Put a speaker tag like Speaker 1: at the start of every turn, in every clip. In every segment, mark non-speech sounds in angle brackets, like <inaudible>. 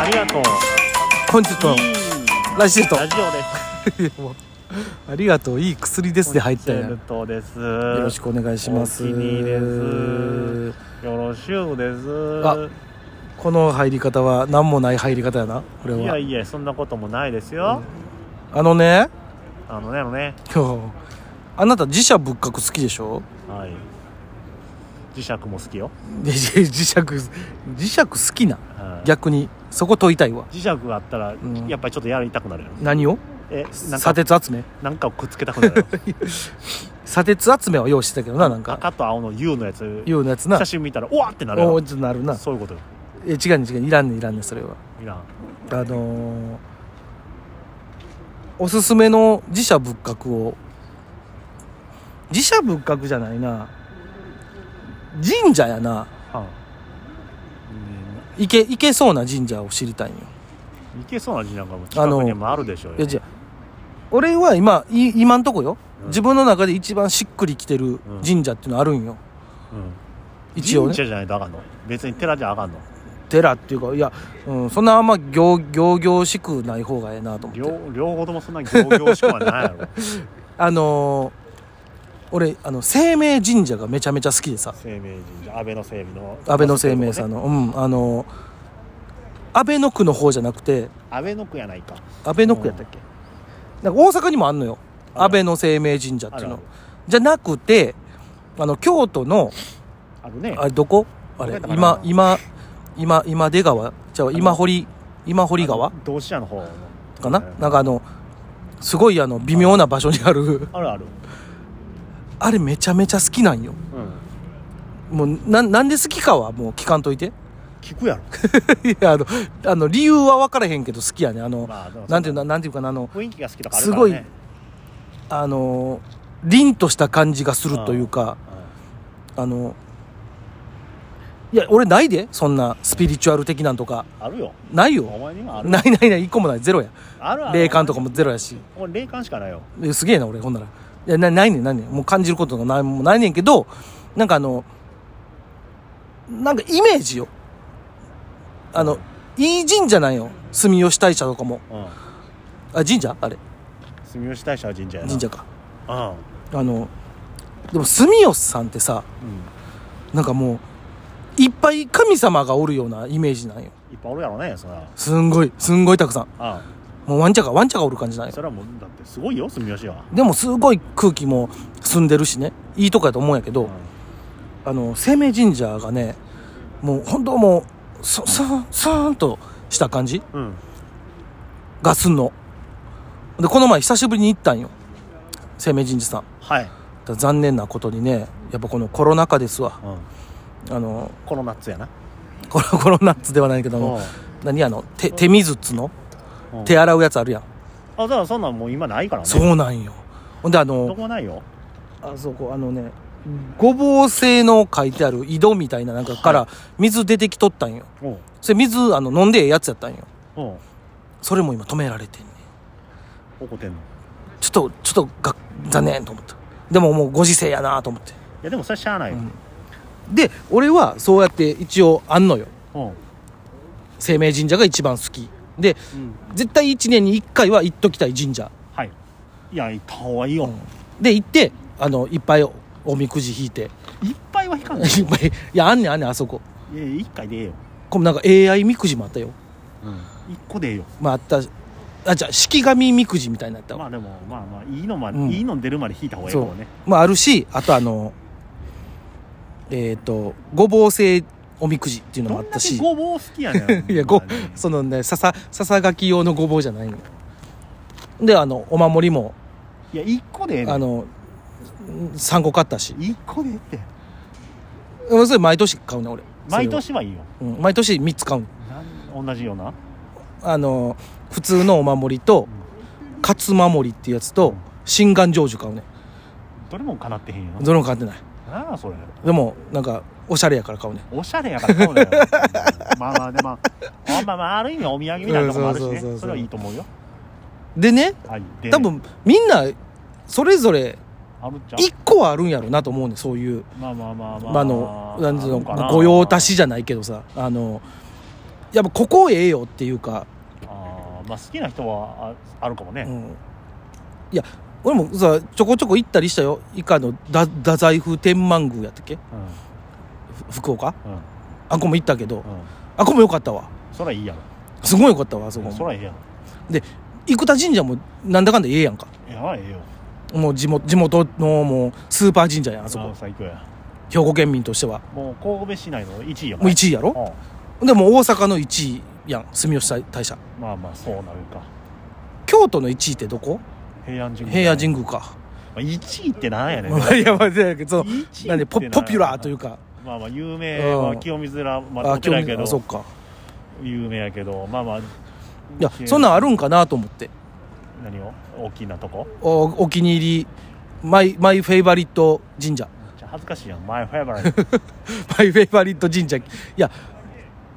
Speaker 1: ありがとう
Speaker 2: 本日の
Speaker 1: いい
Speaker 2: ラジエット
Speaker 1: ラジオです
Speaker 2: いやもうありがとういい薬ですで入った
Speaker 1: セ
Speaker 2: やん
Speaker 1: ル
Speaker 2: よ
Speaker 1: トです
Speaker 2: ろしくお願いします
Speaker 1: お気に入りですよろしゅうです
Speaker 2: あこの入り方は何もない入り方やなこれ
Speaker 1: いや
Speaker 2: はい
Speaker 1: やそんなこともないですよ、
Speaker 2: あのね
Speaker 1: あのねあのね
Speaker 2: 今日あなた自社仏閣好きでしょ <laughs>
Speaker 1: はい磁石も好きよ、
Speaker 2: でじ磁石磁石好きな
Speaker 1: はい
Speaker 2: 逆にそこ問いたいわ
Speaker 1: 磁石があったら、
Speaker 2: ん
Speaker 1: やっぱりちょっとやりたくなるよ
Speaker 2: 何を
Speaker 1: えなん
Speaker 2: 砂
Speaker 1: か
Speaker 2: 鉄集め
Speaker 1: なんかをくっつけたくなる
Speaker 2: <laughs>
Speaker 1: よ
Speaker 2: 砂鉄集めは用意してたけどななんか
Speaker 1: 赤と青の U のやつ
Speaker 2: ようなやつな
Speaker 1: 写真見たらおわってなる
Speaker 2: お
Speaker 1: よ
Speaker 2: ーちょっとなるな
Speaker 1: そういうことよ
Speaker 2: え違うね違うねいらんねいらんねそれはい
Speaker 1: らん
Speaker 2: あのーおすすめの自社仏閣を自社仏閣じゃないな神社やな
Speaker 1: はん
Speaker 2: 行け行けそうな神社を知りたいんよ
Speaker 1: うんいけそうな字なんかも近くにもあるでしょうよ
Speaker 2: いや違う俺は今い今んとこよ、
Speaker 1: うん
Speaker 2: 自分の中で一番しっくりきてる
Speaker 1: うん
Speaker 2: 神社っていうのあるんよ
Speaker 1: うん
Speaker 2: 一応
Speaker 1: 神
Speaker 2: ね
Speaker 1: 社じゃないとあかんの別に寺じゃあかんの
Speaker 2: 寺っていうかいや、うん、そんなあんま行行々しくない方がええなと思って
Speaker 1: 両両方ともそんな行々しくはないや
Speaker 2: <laughs>
Speaker 1: ろ
Speaker 2: あのー俺あの清明神社がめちゃめちゃ好きでさ
Speaker 1: 生命神社安倍の生命の
Speaker 2: 安倍の生命さんの、うん、あの、安倍の区の方じゃなくて、
Speaker 1: 安倍の区やないか
Speaker 2: 安倍の区やったっけ、なんか大阪にもあんのよ。
Speaker 1: ある
Speaker 2: 安倍の生命神社ってい
Speaker 1: あ
Speaker 2: う
Speaker 1: る
Speaker 2: の。じゃなくて、あの、京都の、
Speaker 1: あるね
Speaker 2: あれ、どこあ
Speaker 1: どこ、
Speaker 2: れ
Speaker 1: やったかな
Speaker 2: 今、今、今、今出川じゃあ、今堀、今堀川
Speaker 1: あの同志社の方の
Speaker 2: かな
Speaker 1: うん
Speaker 2: なんかあの、すごいあの、微妙な場所にある、
Speaker 1: あるある
Speaker 2: あれめちゃめちゃ好きなんよ。
Speaker 1: うん
Speaker 2: もう、な、なんで好きかはもう聞かんといて。 <laughs>
Speaker 1: 聞くやろ
Speaker 2: いや、あの、あの、理由は分からへんけど好きやね。あの、
Speaker 1: まあでもそ
Speaker 2: なんていうの、なんていうかな、あの、
Speaker 1: 雰囲気が好きとかある
Speaker 2: す
Speaker 1: から
Speaker 2: ごい
Speaker 1: ね、
Speaker 2: あの、凛とした感じがするというか、
Speaker 1: う
Speaker 2: あの、いや、俺ないで、そんなスピリチュアル的なんとか。
Speaker 1: んあるよ
Speaker 2: ない
Speaker 1: お
Speaker 2: よ。
Speaker 1: 前にもある
Speaker 2: ないないない、一個もない、ゼロや。
Speaker 1: あるある
Speaker 2: 霊感とかもゼロやし。
Speaker 1: 俺霊感しかないよ
Speaker 2: えすげえな、俺、ほんなら。いや、なないねん、ないねん。もう感じることがない、もうないねんけど、なんかあの、なんかイメージよ。あの、いい神社なんよ。住吉大社とかも。
Speaker 1: うん
Speaker 2: あ、神社あれ。
Speaker 1: 住吉大社は神社やな
Speaker 2: 神社か。
Speaker 1: うん
Speaker 2: あの、でも住吉さんってさ、
Speaker 1: うん
Speaker 2: なんかもう、いっぱい神様がおるようなイメージなんよ。
Speaker 1: いっぱいおるやろねそら
Speaker 2: すんごい、すんごいたくさん。
Speaker 1: あ
Speaker 2: もうワンチャが、ワンチャがおる感じなんよ
Speaker 1: そ。れはもうだってすごいよ住吉は
Speaker 2: でもすごい空気も澄んでるしね、いいとこやと思うんやけど、あの、生命神社がね、もう本当もう、そ、そ、そーんとした感じ
Speaker 1: うんうん
Speaker 2: がすんの。で、この前久しぶりに行ったんよ。生命神社さん。
Speaker 1: はい
Speaker 2: ただ残念なことにね、やっぱこのコロナ禍ですわ。
Speaker 1: うん
Speaker 2: あの、
Speaker 1: このナッツやな
Speaker 2: コロ <laughs> コロナッツではないけども、何あの、手、手水っつうの
Speaker 1: うん
Speaker 2: 手洗うやつあるやん。
Speaker 1: あだからそんなんもう今ないからね
Speaker 2: そうなんよ。ほんであ
Speaker 1: ど
Speaker 2: の、
Speaker 1: こもないよ
Speaker 2: あそこ、あのね、ごぼう製の書いてある井戸みたいななんかから水出てきとったんよ。
Speaker 1: うん
Speaker 2: それ水、あの、飲んでええやつやったんよ。
Speaker 1: うん
Speaker 2: それも今止められてんね
Speaker 1: 怒ってんの
Speaker 2: ちょっと、ちょっとが、残念と思った。でももうご時世やなと思って。
Speaker 1: いやでもそれしゃあないよ
Speaker 2: で、俺はそうやって一応あんのよ。
Speaker 1: うん
Speaker 2: 生命神社が一番好き。で、
Speaker 1: うん
Speaker 2: 絶対一年に一回は行っときたい神社。
Speaker 1: はいいや行った方がいいよ
Speaker 2: で、行って、あの、いっぱいおおみくじ引いて。
Speaker 1: いっぱいは引かんない
Speaker 2: いっぱい、いや、あんねんあんねん、あそこ。
Speaker 1: いや一回でええよ
Speaker 2: これなんか AI みくじもあったよ。
Speaker 1: 一個でええよ
Speaker 2: まああったあじゃあ式神みくじみたいになったわ、
Speaker 1: まあでもまあまあいいのま
Speaker 2: うん
Speaker 1: いいの出るまで引いた方がいいか
Speaker 2: そう
Speaker 1: もね
Speaker 2: まああるしあとあのえっ、とごぼう製おみくじっていうのも
Speaker 1: ど
Speaker 2: あ
Speaker 1: ん
Speaker 2: っ
Speaker 1: だ
Speaker 2: た
Speaker 1: け
Speaker 2: し
Speaker 1: ごぼう好きやねん
Speaker 2: <laughs> いやご
Speaker 1: ほんまに
Speaker 2: そのねささささがき用のごぼうじゃないのであのお守りも
Speaker 1: いや一個でええねん
Speaker 2: あの3個買ったし
Speaker 1: 一個でええって
Speaker 2: うんそれ毎年買うね俺
Speaker 1: 毎、年はいいよ
Speaker 2: それはうん、毎年3つ買うね
Speaker 1: なん同じような
Speaker 2: あの普通のお守りとかつ守りっていうやつと心願成就買うね
Speaker 1: どれもかなってへんよ
Speaker 2: どれも買ってない
Speaker 1: ななあそれ
Speaker 2: でもなんかおしゃれやから買うね
Speaker 1: おしゃれやから
Speaker 2: <laughs>
Speaker 1: そうだよまあまあでもあまあまあある意味お土産みたいなとこもあるし
Speaker 2: うんそうそ
Speaker 1: ね
Speaker 2: うそうそう
Speaker 1: それはいいと思うよ
Speaker 2: でね
Speaker 1: はいで
Speaker 2: 多分みんなそれぞれ
Speaker 1: あるっちゃ
Speaker 2: 一個はあるんやろなと思うねそういう、
Speaker 1: まあまあまあま
Speaker 2: まあ、あのなんていう
Speaker 1: あるか
Speaker 2: の御用達じゃないけどさあのやっぱここええよっていうか、
Speaker 1: あーまあ好きな人はああるかも
Speaker 2: う
Speaker 1: ね、
Speaker 2: ん、いや俺もさちょこちょこ行ったりしたよ以下のだ太宰府天満宮やったっけ
Speaker 1: うん
Speaker 2: ふ福岡
Speaker 1: うんうん
Speaker 2: あこも行ったけどあこもよかったわ
Speaker 1: そらいいやろ
Speaker 2: すごいよかったわあそこも
Speaker 1: そらいいやろ
Speaker 2: 生田神社もなんだかんだええやんか
Speaker 1: いやええよ
Speaker 2: もう地元地元のもうスーパー神社やんあそこ
Speaker 1: あ最強や
Speaker 2: 兵庫県民としては
Speaker 1: もう神戸市内の1位や
Speaker 2: もう1位やろ
Speaker 1: う
Speaker 2: でもう大阪の1位やん住吉大社
Speaker 1: んまあまあそうなるか
Speaker 2: 京都の1位ってどこ
Speaker 1: 平安神宮
Speaker 2: 平野神宮か、
Speaker 1: 宮1位ってなんやねん
Speaker 2: <laughs> いやまあだけどその
Speaker 1: 1位って
Speaker 2: なんでポポピュラーという
Speaker 1: か
Speaker 2: か
Speaker 1: まあまあ有名は
Speaker 2: うん
Speaker 1: 清水寺まあ
Speaker 2: あ
Speaker 1: お寺やけ
Speaker 2: あそっ
Speaker 1: ど
Speaker 2: か
Speaker 1: 有名やけどまあまあい
Speaker 2: いやそんなんあるんかなと思って
Speaker 1: 何を大きなとこ
Speaker 2: おお気に入りマイマイフェイバリット神社 <laughs>
Speaker 1: めっちゃ恥ずかしいやん前ファイバーに
Speaker 2: マイフェイバリット神社いや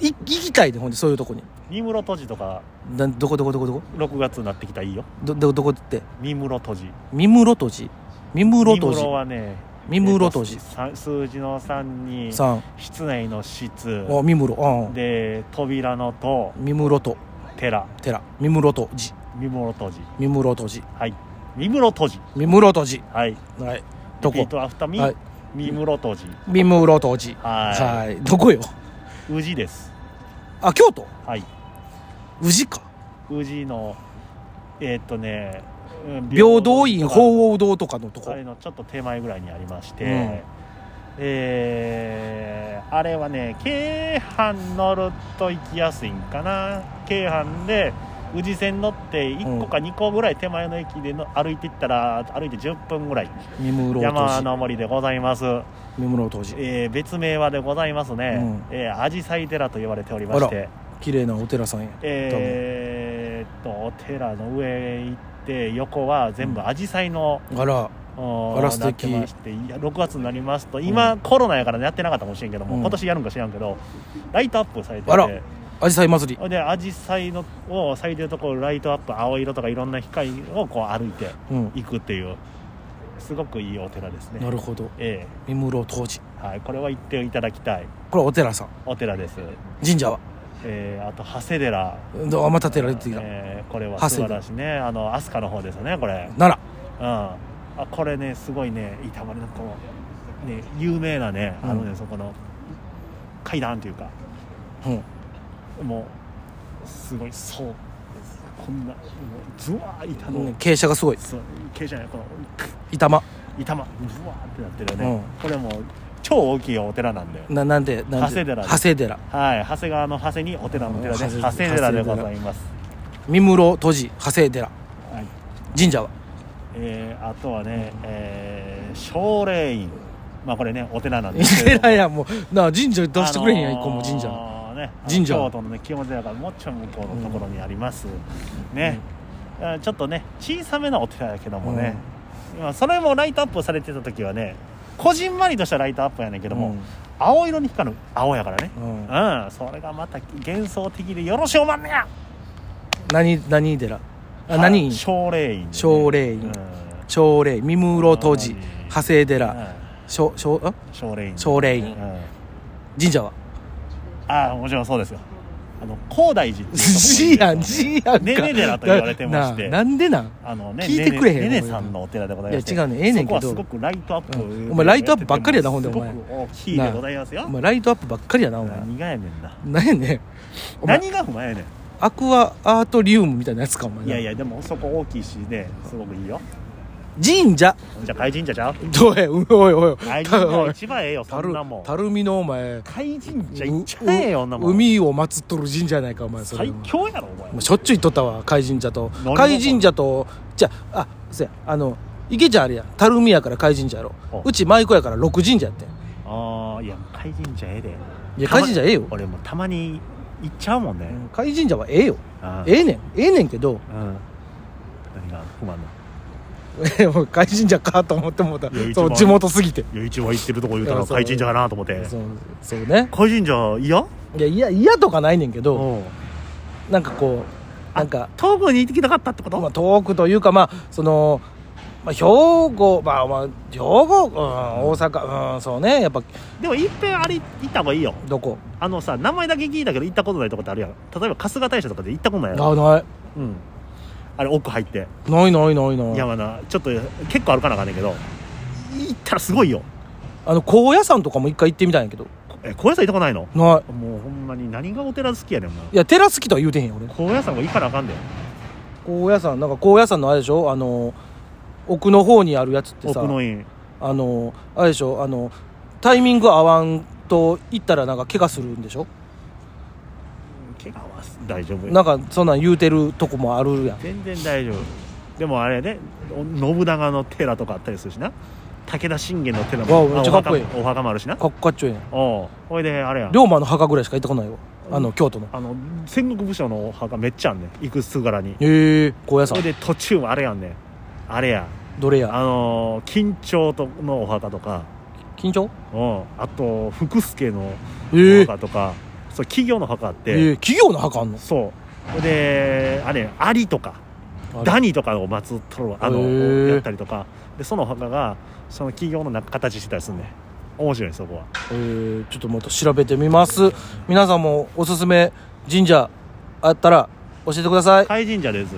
Speaker 2: い行きたいでほんでそういうとこに
Speaker 1: 三室戸寺とか
Speaker 2: などこどこどこどこ
Speaker 1: 6月になってきたらいいよ
Speaker 2: どどどこって
Speaker 1: 三室戸寺
Speaker 2: 三室戸寺三室
Speaker 1: 三
Speaker 2: 戸
Speaker 1: 室
Speaker 2: 寺
Speaker 1: はね
Speaker 2: 三室戸寺
Speaker 1: えっとさ数字の3に
Speaker 2: さん
Speaker 1: 室内の室
Speaker 2: あ三室あん
Speaker 1: で扉のと
Speaker 2: 三室戸
Speaker 1: 寺
Speaker 2: 寺三室戸寺
Speaker 1: 三室戸寺
Speaker 2: 三室戸寺
Speaker 1: はい三室戸寺
Speaker 2: 三室戸寺
Speaker 1: はい
Speaker 2: はい
Speaker 1: リ
Speaker 2: ど
Speaker 1: ピー
Speaker 2: こ
Speaker 1: トアフターミ、
Speaker 2: はい
Speaker 1: 三室戸寺
Speaker 2: 三室戸寺
Speaker 1: はい
Speaker 2: はいどこよ
Speaker 1: 宇治です
Speaker 2: あ京都
Speaker 1: はい
Speaker 2: 宇治か
Speaker 1: 宇治のえーっとねうん
Speaker 2: 平等院
Speaker 1: とか
Speaker 2: 鳳凰堂とかのと
Speaker 1: あ
Speaker 2: こ
Speaker 1: れのちょっと手前ぐらいにありまして、
Speaker 2: うん
Speaker 1: えーあれはね京阪乗ると行きやすいんかな京阪で宇治線乗って1個か2個ぐらい手前の駅での歩いていったら歩いて10分ぐらい
Speaker 2: 三室戸
Speaker 1: 山
Speaker 2: 寺
Speaker 1: の森でございます、
Speaker 2: 三室戸寺
Speaker 1: えー別名はでございますね、
Speaker 2: う
Speaker 1: えー、アジサイ寺と言われておりまして
Speaker 2: 綺麗なお寺さんや
Speaker 1: えーっとお寺の上へ行って横は全部アジサイの、
Speaker 2: あら
Speaker 1: あ
Speaker 2: あら素
Speaker 1: な
Speaker 2: 敵
Speaker 1: ってましていや6月になりますと今、コロナやからやってなかったかもしれんけども、
Speaker 2: うん
Speaker 1: 今年やるんか知らんけどライトアップされて
Speaker 2: あら
Speaker 1: て
Speaker 2: アジサイ祭り
Speaker 1: ほんでアジサイのを咲いてるところライトアップ青色とかいろんな光をこう歩いて
Speaker 2: うん
Speaker 1: いくっていうすごくいいお寺ですね
Speaker 2: なるほど
Speaker 1: え
Speaker 2: 三室戸寺
Speaker 1: えはい、これは行っていただきたい
Speaker 2: これはお寺さん
Speaker 1: お寺です、
Speaker 2: 神社は
Speaker 1: ええあと長谷寺
Speaker 2: どうまた寺出てきた
Speaker 1: ええこれは
Speaker 2: 長
Speaker 1: 素晴
Speaker 2: 谷寺
Speaker 1: らしいねあの飛鳥の方ですねこれ
Speaker 2: 奈
Speaker 1: うん、あこれねすごいね板張りのこうね有名なねあのね、
Speaker 2: うん
Speaker 1: そこの階段というか
Speaker 2: 良うん
Speaker 1: もうすごいそうこんなもうズワー板の、
Speaker 2: うん傾斜がすごい
Speaker 1: そう傾斜がこの
Speaker 2: 板間
Speaker 1: 板まズワーってなってるよね、
Speaker 2: うん
Speaker 1: これもう超大きいお寺なんで
Speaker 2: ななんでなんで
Speaker 1: 長谷寺です
Speaker 2: 長谷寺
Speaker 1: はい長谷川の長谷にお寺の寺で
Speaker 2: うん
Speaker 1: 長谷寺でございます
Speaker 2: 三室戸寺長谷寺
Speaker 1: はい
Speaker 2: 神社は
Speaker 1: えーあとはね、えー、奨励院まあこれねお寺なん
Speaker 2: い
Speaker 1: ですけれども
Speaker 2: や <laughs> いやもうなあ神社出してくれへんやん一個も神社
Speaker 1: あのーね、
Speaker 2: 神社
Speaker 1: 京都のね清水寺からもうちょい向こうのところにあります、ね、あちょっとね小さめなお寺やけどもね、まあそれもライトアップされてた時はねこじんまりとしたライトアップやねんけども、
Speaker 2: うん
Speaker 1: 青色に光る青やからね
Speaker 2: うん
Speaker 1: うん、それがまた幻想的でよろしおまんねや
Speaker 2: 何何寺あ何
Speaker 1: 奨励院
Speaker 2: 奨励院朝礼三室戸寺長谷寺奨奨あ
Speaker 1: 奨励院
Speaker 2: 奨励
Speaker 1: う
Speaker 2: 院
Speaker 1: ん
Speaker 2: 神社は
Speaker 1: ああもちろんそうですよあの高大
Speaker 2: <laughs>
Speaker 1: 寺っていうところに
Speaker 2: じやんじやんか
Speaker 1: ねね寺と言われてまし
Speaker 2: な
Speaker 1: て
Speaker 2: ななんでなん
Speaker 1: あのね、
Speaker 2: 聞いてくれへん
Speaker 1: ねねねねさんのお寺でございます。
Speaker 2: いや違うねええねんけど
Speaker 1: そこはすごくライトアップ、
Speaker 2: うんお前ライトアップばっかりやなほんでお前
Speaker 1: すごく大きいでございますよ
Speaker 2: お。前ライトアップばっかりやなお前
Speaker 1: 何がやねんな。
Speaker 2: 何やねんお前
Speaker 1: 何が不満やね
Speaker 2: アクアアートリウムみたいなやつかお前
Speaker 1: ん。いやいや、でもそこ大きいしね、すごくいいよ。
Speaker 2: 神社 <laughs>
Speaker 1: じゃあ、海神社ちゃう
Speaker 2: どうやうんおいおいおい
Speaker 1: 海
Speaker 2: た
Speaker 1: 神社
Speaker 2: お
Speaker 1: が
Speaker 2: い
Speaker 1: 一番ええよ、そ
Speaker 2: た
Speaker 1: ん
Speaker 2: る
Speaker 1: なもん。
Speaker 2: たるみのお前
Speaker 1: 海神社行っちゃえよ、女もん。
Speaker 2: 海を祀っとる神社やないかお前それ
Speaker 1: 最強やろ、お前
Speaker 2: もう。しょっちゅう行っとったわ海神社と
Speaker 1: 何も
Speaker 2: 海神社とじゃああせやあの池ちゃんあれやたるみやから海神社やろ
Speaker 1: お
Speaker 2: うち舞妓やから六神社やってん
Speaker 1: ああ、いや、海神社ええで。
Speaker 2: いや
Speaker 1: たま
Speaker 2: 海神社ええよ
Speaker 1: 俺もたまに行っちゃうもんね。
Speaker 2: 海神社はええよ
Speaker 1: あー
Speaker 2: ええねんええねんけど <laughs>
Speaker 1: うん。何が不満なの
Speaker 2: もう海神社かと思ってもうた
Speaker 1: いや一
Speaker 2: そう
Speaker 1: 番
Speaker 2: 地元すぎて
Speaker 1: いや、一番行ってるとこ言うた
Speaker 2: い
Speaker 1: ら
Speaker 2: やそう
Speaker 1: 海神社かなと思って。
Speaker 2: そうそうね
Speaker 1: 個人じゃいや
Speaker 2: いやいや嫌とかないねんけど
Speaker 1: ん
Speaker 2: なんかこうなんか
Speaker 1: 東郷に行ってきたかったってこと
Speaker 2: まあ、遠くというかまあそのまあ、兵庫、まあ、まあ、兵庫、うん、大阪、うん、そうね、やっぱ、
Speaker 1: でもいっぺんあれ行った方がいいよ
Speaker 2: どこ
Speaker 1: あのさ名前だけ聞いたけど行ったことないとこってあるやん例えば春日大社とかで行ったことないやろ
Speaker 2: あ、ない。
Speaker 1: うんあれ奥入って
Speaker 2: ないないないない。
Speaker 1: 山なちょっと結構歩かなあかんねんけど行ったらすごいよ
Speaker 2: あの、高野山とかも一回行ってみたいんやけど。
Speaker 1: え高野山行ったことないの
Speaker 2: ない。
Speaker 1: もうほんまに何がお寺好きやねんお前
Speaker 2: いや、寺好きとは言うてへんよ、俺。
Speaker 1: 高野山も行かなあかんで
Speaker 2: 高野山、なんか高野山のあれでしょあの、奥の方にあるやつってさ、
Speaker 1: 奥の院
Speaker 2: あの、あれでしょあの、タイミング合わんと行ったらなんか怪我するんでしょ
Speaker 1: 怪我は大丈夫よ
Speaker 2: なんかそんなん言うてるとこもあるやん。
Speaker 1: 全然大丈夫でもあれねお信長の寺とかあったりするしな武田信玄の寺も
Speaker 2: わあめっちゃかっこいい
Speaker 1: あお墓もお墓もあるしな
Speaker 2: かっこかっちょいいやん。
Speaker 1: おうほいであれや
Speaker 2: 龍馬の墓ぐらいしか行ったことないよ。あの、京都の。
Speaker 1: あの戦国武将のお墓めっちゃあんねん行くすがらに
Speaker 2: へえ高野
Speaker 1: それ
Speaker 2: 山。
Speaker 1: で途中もあれやんねんあれや
Speaker 2: どれや
Speaker 1: あのー緊張とのお墓とか
Speaker 2: 緊張
Speaker 1: うんあと福助の
Speaker 2: へ
Speaker 1: お
Speaker 2: え
Speaker 1: 墓とか、そう企業の墓あって、
Speaker 2: ええ企業の墓あんの
Speaker 1: そうほいであれアリとかダニとかを祀っとるあ
Speaker 2: へ
Speaker 1: の
Speaker 2: ー
Speaker 1: やったりとかでそのお墓がその企業の中形してたりすんねん面白いそこは
Speaker 2: えーちょっとまた調べてみます皆さんもおすすめ神社あったら教えてください
Speaker 1: 甲斐神社です